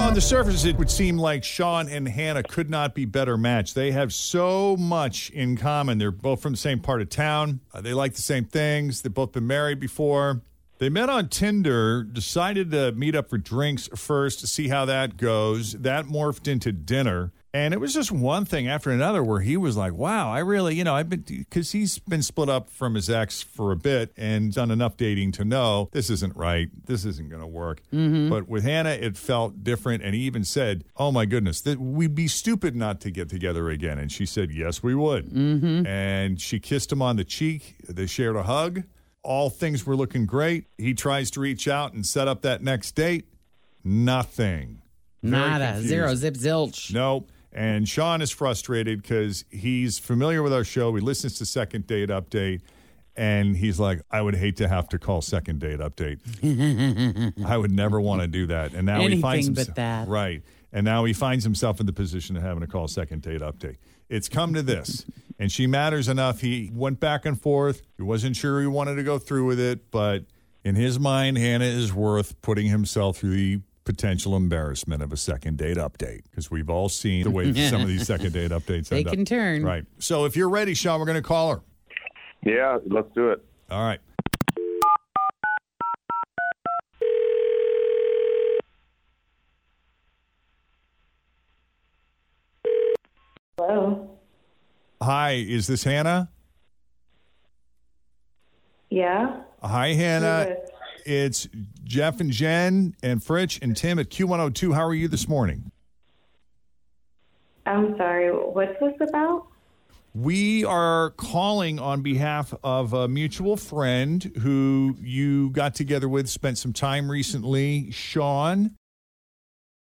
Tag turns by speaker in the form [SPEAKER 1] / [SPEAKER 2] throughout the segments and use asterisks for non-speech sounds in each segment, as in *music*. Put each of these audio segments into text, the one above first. [SPEAKER 1] on the surface, it would seem like Sean and Hannah could not be better matched. They have so much in common. They're both from the same part of town. Uh, they like the same things. They've both been married before. They met on Tinder, decided to meet up for drinks first to see how that goes. That morphed into dinner. And it was just one thing after another where he was like, wow, I really, you know, I've been, because he's been split up from his ex for a bit and done enough dating to know this isn't right. This isn't going to work. But with Hannah, it felt different. And he even said, oh my goodness, that we'd be stupid not to get together again. And she said, yes, we would. And she kissed him on the cheek. They shared a hug. All things were looking great. He tries to reach out and set up that next date. Nothing. Very
[SPEAKER 2] Nada.
[SPEAKER 1] confused.
[SPEAKER 2] Zero. Zip zilch.
[SPEAKER 1] No. And Sean is frustrated because he's familiar with our show. He listens to Second Date Update. And he's like, I would hate to have to call Second Date Update. I would never want to do that. And now he finds
[SPEAKER 2] Anything but
[SPEAKER 1] himself
[SPEAKER 2] that.
[SPEAKER 1] right. And now he finds himself in the position of having to call Second Date Update. It's come to this. and she matters enough. He went back and forth. He wasn't sure he wanted to go through with it, but in his mind, Hannah is worth putting himself through the potential embarrassment of a second date update because we've all seen the way some of these second date updates
[SPEAKER 2] They
[SPEAKER 1] end up.
[SPEAKER 2] can turn.
[SPEAKER 1] Right. So if you're ready, Sean, we're going to call her.
[SPEAKER 3] yeah, let's do it.
[SPEAKER 1] All right.
[SPEAKER 4] Hello.
[SPEAKER 1] Hi, is this Hannah?
[SPEAKER 4] Yeah.
[SPEAKER 1] Hi, Hannah.
[SPEAKER 4] Yes.
[SPEAKER 1] It's Jeff and Jen and Fritch and Tim at Q102. How are you this morning?
[SPEAKER 4] I'm sorry. What's this about?
[SPEAKER 1] We are calling on behalf of a mutual friend who you got together with, spent some time recently, Sean.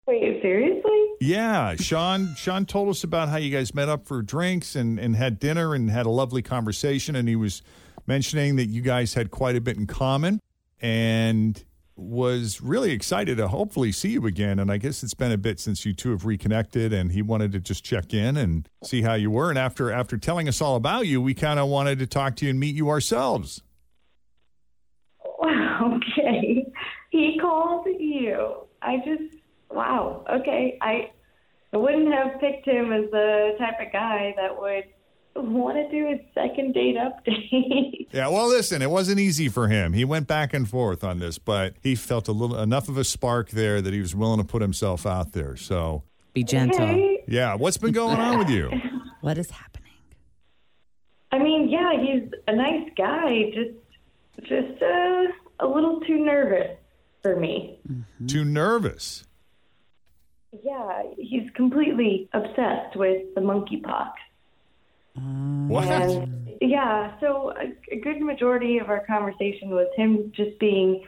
[SPEAKER 4] Wait, seriously?
[SPEAKER 5] *laughs*
[SPEAKER 1] Yeah, Sean. Sean told us about how you guys met up for drinks and and had dinner and had a lovely conversation. And he was mentioning that you guys had quite a bit in common, and was really excited to hopefully see you again. And I guess it's been a bit since you two have reconnected. And he wanted to just check in and see how you were. And after after telling us all about you, we kind of wanted to talk to you and meet you ourselves.
[SPEAKER 4] Wow, okay. He called you. I just wow. Okay. I
[SPEAKER 5] I wouldn't have picked him as the type of guy that would want to do his second date update.
[SPEAKER 1] Yeah, well, listen, it wasn't easy for him. He went back and forth on this, but he felt a little enough of a spark there that he was willing to put himself out there. So
[SPEAKER 2] be
[SPEAKER 5] *laughs*
[SPEAKER 2] gentle.
[SPEAKER 5] Okay.
[SPEAKER 1] Yeah, what's been going on with you?
[SPEAKER 2] What is happening?
[SPEAKER 5] I mean, yeah, he's a nice guy, just just uh, a little too nervous for me.
[SPEAKER 1] Too nervous.
[SPEAKER 5] Yeah, he's completely obsessed with the monkeypox.
[SPEAKER 1] What?
[SPEAKER 5] And yeah, so a, a good majority of our conversation was him just being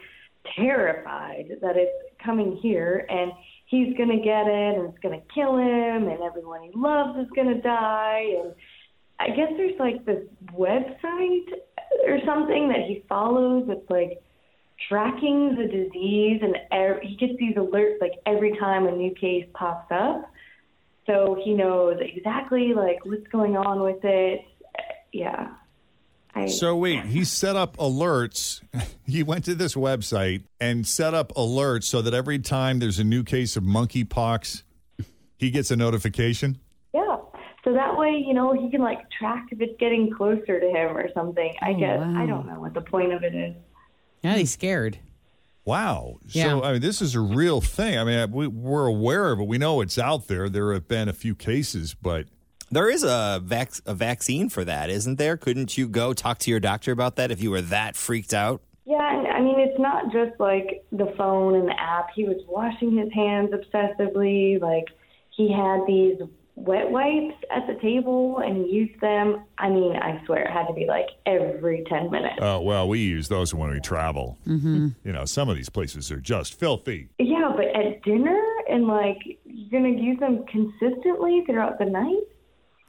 [SPEAKER 5] terrified that it's coming here and he's going to get it and it's going to kill him and everyone he loves is going to die. And I guess there's like this website or something that he follows that's like tracking the disease and ev- he gets these alerts like every time a new case pops up. So he knows exactly like what's going on with it. Yeah. I,
[SPEAKER 1] So wait, he set up alerts. *laughs* He went to this website and set up alerts so that every time there's a new case of monkeypox, he gets a notification.
[SPEAKER 5] Yeah. So that way, you know, he can like track if it's getting closer to him or something. I
[SPEAKER 2] Oh,
[SPEAKER 5] guess
[SPEAKER 2] wow.
[SPEAKER 5] I don't know what the point of it is.
[SPEAKER 2] Now he's scared.
[SPEAKER 1] Wow.
[SPEAKER 2] Yeah.
[SPEAKER 1] So I mean, this is a real thing. I mean, we, we're aware of it. We know it's out there. There have been a few cases, but
[SPEAKER 6] There is a vac- a vaccine for that, isn't there? Couldn't you go talk to your doctor about that if you were that freaked out?
[SPEAKER 5] Yeah, and I mean it's not just like the phone and the app. He was washing his hands obsessively. Like he had these wet wipes at the table and he used them. I mean, I swear it had to be like every 10 minutes.
[SPEAKER 1] oh well, we use those when we travel. Mm-hmm. You know, some of these places are just filthy.
[SPEAKER 5] Yeah, but at dinner and like you're going to use them consistently throughout the night?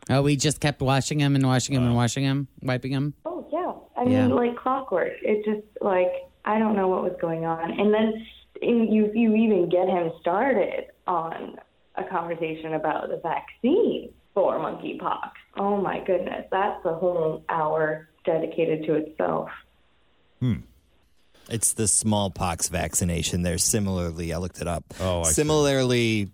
[SPEAKER 2] Oh, we just kept washing him and washing him and washing him, wiping him.
[SPEAKER 5] Oh yeah, I mean
[SPEAKER 2] Yeah.
[SPEAKER 5] like clockwork. It just like I don't know what was going on, and then and you you even get him started on a conversation about the vaccine for monkeypox. Oh my goodness, that's a whole hour dedicated to itself.
[SPEAKER 6] It's the smallpox vaccination. They're similarly, I looked it up. Oh,
[SPEAKER 1] I see.
[SPEAKER 6] similarly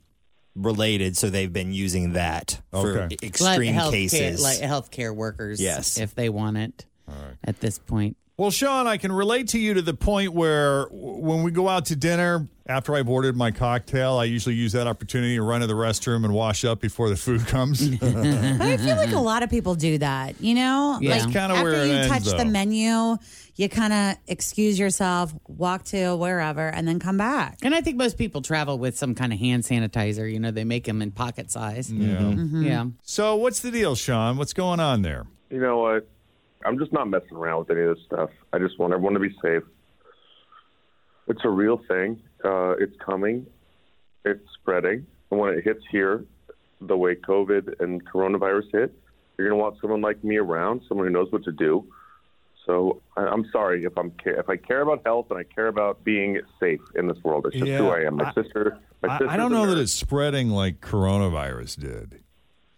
[SPEAKER 6] related. So they've been using that for
[SPEAKER 2] Okay.
[SPEAKER 6] extreme
[SPEAKER 2] Like healthcare-
[SPEAKER 6] cases.
[SPEAKER 2] like healthcare workers,
[SPEAKER 6] Yes.
[SPEAKER 2] if they want it. At this point,
[SPEAKER 1] Well, Sean, I can relate to you to the point where w- when we go out to dinner, after I've ordered my cocktail, I usually use that opportunity to run to the restroom and wash up before the food comes. *laughs*
[SPEAKER 7] But I feel like a lot of people do that, you know?
[SPEAKER 1] Yeah.
[SPEAKER 7] Like
[SPEAKER 1] That's kinda
[SPEAKER 7] after
[SPEAKER 1] where it
[SPEAKER 7] you
[SPEAKER 1] ends,
[SPEAKER 7] touch
[SPEAKER 1] though.
[SPEAKER 7] the menu, you kind of excuse yourself, walk to wherever, and then come back.
[SPEAKER 2] and I think most people travel with some kind of hand sanitizer. You know, they make them in pocket size. Yeah, yeah.
[SPEAKER 1] So, what's the deal, Sean? What's going on there?
[SPEAKER 3] You know what? I'm just not messing around with any of this stuff. I just want everyone to be safe. It's a real thing. Uh, it's coming. It's spreading. And when it hits here, the way COVID and coronavirus hit, you're going to want someone like me around, someone who knows what to do. So I, I'm sorry if I'm ca- if I care about health and I care about being safe in this world. It's just
[SPEAKER 1] Yeah,
[SPEAKER 3] who I am. My
[SPEAKER 1] I-
[SPEAKER 3] sister. My
[SPEAKER 1] I,
[SPEAKER 3] sister's
[SPEAKER 1] I don't
[SPEAKER 3] a
[SPEAKER 1] know
[SPEAKER 3] nurse.
[SPEAKER 1] that it's spreading like coronavirus did.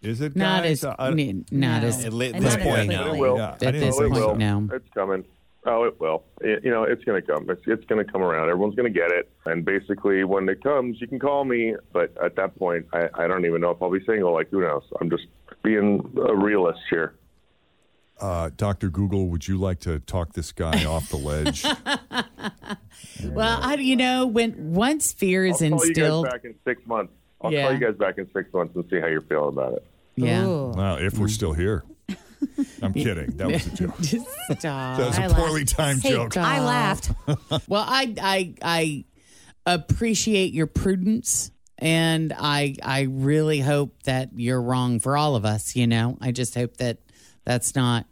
[SPEAKER 1] Is it?
[SPEAKER 2] Not
[SPEAKER 1] guys?
[SPEAKER 2] as
[SPEAKER 1] I-
[SPEAKER 2] n- not as
[SPEAKER 6] At li-
[SPEAKER 7] And this not point,
[SPEAKER 1] no.
[SPEAKER 3] It will.
[SPEAKER 1] Yeah, I
[SPEAKER 2] At
[SPEAKER 1] didn't
[SPEAKER 2] this
[SPEAKER 3] oh, it
[SPEAKER 2] point,
[SPEAKER 3] will.
[SPEAKER 2] no.
[SPEAKER 3] It's coming. Oh, it will. It- you know, it's going to come. It's, it's going to come around. Everyone's going to get it. And basically, when it comes, you can call me. But at that point, I, I don't even know if I'll be single. Like, who knows? I'm just being a realist here.
[SPEAKER 1] Uh, Dr. Google, would you like to talk this guy off
[SPEAKER 2] *laughs*
[SPEAKER 1] the ledge?
[SPEAKER 2] Well, I you know when once fear is
[SPEAKER 3] I'll call you
[SPEAKER 2] instilled,
[SPEAKER 3] guys back in six months. I'll
[SPEAKER 2] Yeah.
[SPEAKER 3] call you guys back in six months and see how you're feeling about it.
[SPEAKER 2] yeah. *laughs*
[SPEAKER 1] wow, if
[SPEAKER 7] mm.
[SPEAKER 1] we're
[SPEAKER 7] *laughs*
[SPEAKER 1] still here. I'm kidding. That was a joke.
[SPEAKER 2] Stop.
[SPEAKER 1] That was a poorly timed
[SPEAKER 7] Hey,
[SPEAKER 1] joke.
[SPEAKER 7] I
[SPEAKER 2] Aw.
[SPEAKER 7] laughed.
[SPEAKER 2] Oh. *laughs* Well, I I I appreciate your prudence and I I really hope that you're wrong for all of us, you know. I just hope that that's not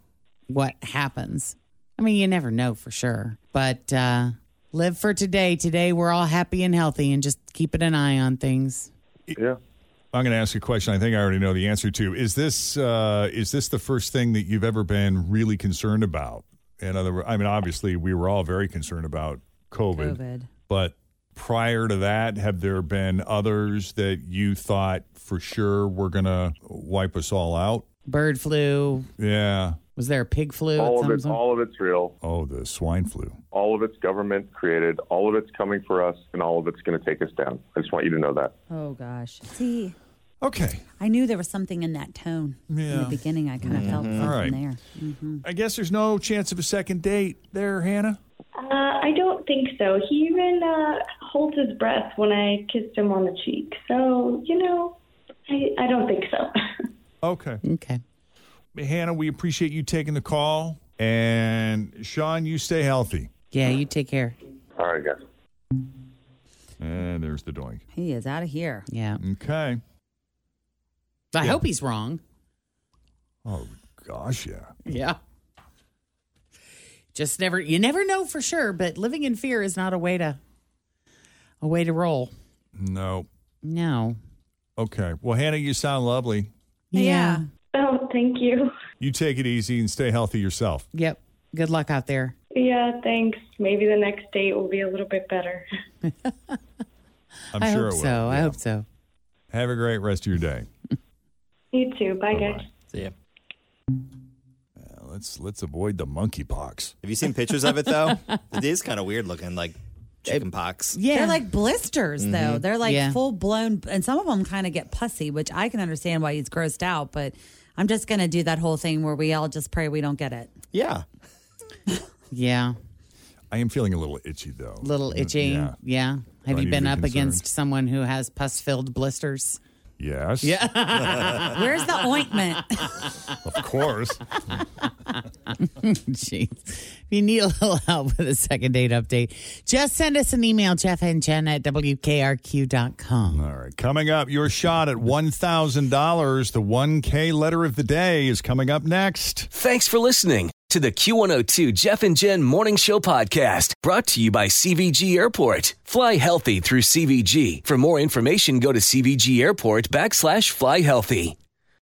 [SPEAKER 2] what happens. I mean, you never know for sure. But uh live for today. Today we're all happy and healthy and just keeping an eye on things.
[SPEAKER 3] Yeah.
[SPEAKER 1] I'm going to ask you a question. I think I already know the answer to. Is this uh, is this the first thing that you've ever been really concerned about? In other words, I mean, obviously we were all very concerned about COVID,
[SPEAKER 7] COVID.
[SPEAKER 1] but prior to that, have there been others that you thought for sure were going to wipe us all out?
[SPEAKER 2] Bird flu,
[SPEAKER 1] Yeah.
[SPEAKER 2] was there a pig flu? at
[SPEAKER 3] All of
[SPEAKER 2] some
[SPEAKER 3] it's
[SPEAKER 2] point?
[SPEAKER 3] all of it's real.
[SPEAKER 1] Oh, the swine flu.
[SPEAKER 3] All of it's government created. All of it's coming for us, and all of it's going to take us down. I just want you to know that.
[SPEAKER 7] Oh, gosh. See,
[SPEAKER 1] Okay.
[SPEAKER 7] I knew there was something in that tone in
[SPEAKER 1] Yeah.
[SPEAKER 7] the beginning. I kind of
[SPEAKER 6] Mm-hmm.
[SPEAKER 7] felt
[SPEAKER 1] Mhm.
[SPEAKER 7] something
[SPEAKER 1] All right.
[SPEAKER 7] there. hmm
[SPEAKER 1] I guess there's no chance of a second date there, Hannah.
[SPEAKER 5] Uh, I don't think so. He even uh, holds his breath when I kissed him on the cheek. So, you know, I, I don't think so. *laughs*
[SPEAKER 1] Okay.
[SPEAKER 2] Okay.
[SPEAKER 1] Hannah, we appreciate you taking the call. And Sean, you stay healthy.
[SPEAKER 2] Yeah, you take care.
[SPEAKER 3] All right, guys.
[SPEAKER 1] And there's the doink.
[SPEAKER 7] He is out of here.
[SPEAKER 2] Yeah.
[SPEAKER 1] Okay.
[SPEAKER 2] I hope he's wrong.
[SPEAKER 1] Oh gosh, yeah.
[SPEAKER 2] Yeah. Just never you never know for sure, but living in fear is not a way to a way to roll.
[SPEAKER 1] No.
[SPEAKER 2] No.
[SPEAKER 1] Okay. Well, Hannah, you sound lovely.
[SPEAKER 5] yeah. Oh, thank you. *laughs*
[SPEAKER 1] You take it easy and stay healthy yourself.
[SPEAKER 2] Yep. Good luck out there.
[SPEAKER 5] Yeah, thanks. Maybe the next date will be a little bit better. *laughs*
[SPEAKER 1] I'm
[SPEAKER 2] I
[SPEAKER 1] sure
[SPEAKER 2] hope
[SPEAKER 1] it will.
[SPEAKER 2] so. I hope so.
[SPEAKER 1] Have a great rest of your day.
[SPEAKER 5] You too. Bye, guys.
[SPEAKER 1] See ya. Uh, let's let's avoid the monkeypox.
[SPEAKER 6] Have you seen pictures of it though? it is kind of weird looking, like chicken pox.
[SPEAKER 7] They're like blisters, though.
[SPEAKER 6] Mhm.
[SPEAKER 7] They're like
[SPEAKER 6] Yeah.
[SPEAKER 7] full blown, and some of them kind of get pussy, which I can understand why he's grossed out. But I'm just going to do that whole thing where we all just pray we don't get it.
[SPEAKER 6] Yeah.
[SPEAKER 2] Yeah.
[SPEAKER 1] I am feeling a little itchy though.
[SPEAKER 2] Little itchy. Yeah.
[SPEAKER 1] Mm, Yeah.
[SPEAKER 2] Have
[SPEAKER 1] I
[SPEAKER 2] you
[SPEAKER 1] need
[SPEAKER 2] been
[SPEAKER 1] to be
[SPEAKER 2] up against
[SPEAKER 1] concerned.
[SPEAKER 2] someone who has pus filled blisters? *laughs*
[SPEAKER 1] Yes.
[SPEAKER 2] Yeah.
[SPEAKER 7] Where's the ointment?
[SPEAKER 1] of
[SPEAKER 2] *laughs*
[SPEAKER 1] course.
[SPEAKER 2] Jeez. If you need a little *laughs* help with a second date update, just send us an email, Jeff and Jen at WKRQ.com.
[SPEAKER 1] All right. Coming up, your shot at $1,000, the 1K letter of the day is coming up next.
[SPEAKER 8] Thanks for listening to the Q102 Jeff and Jen Morning Show podcast brought to you by CVG Airport. Fly healthy through CVG. For more information, go to CVG Airport backslash fly healthy.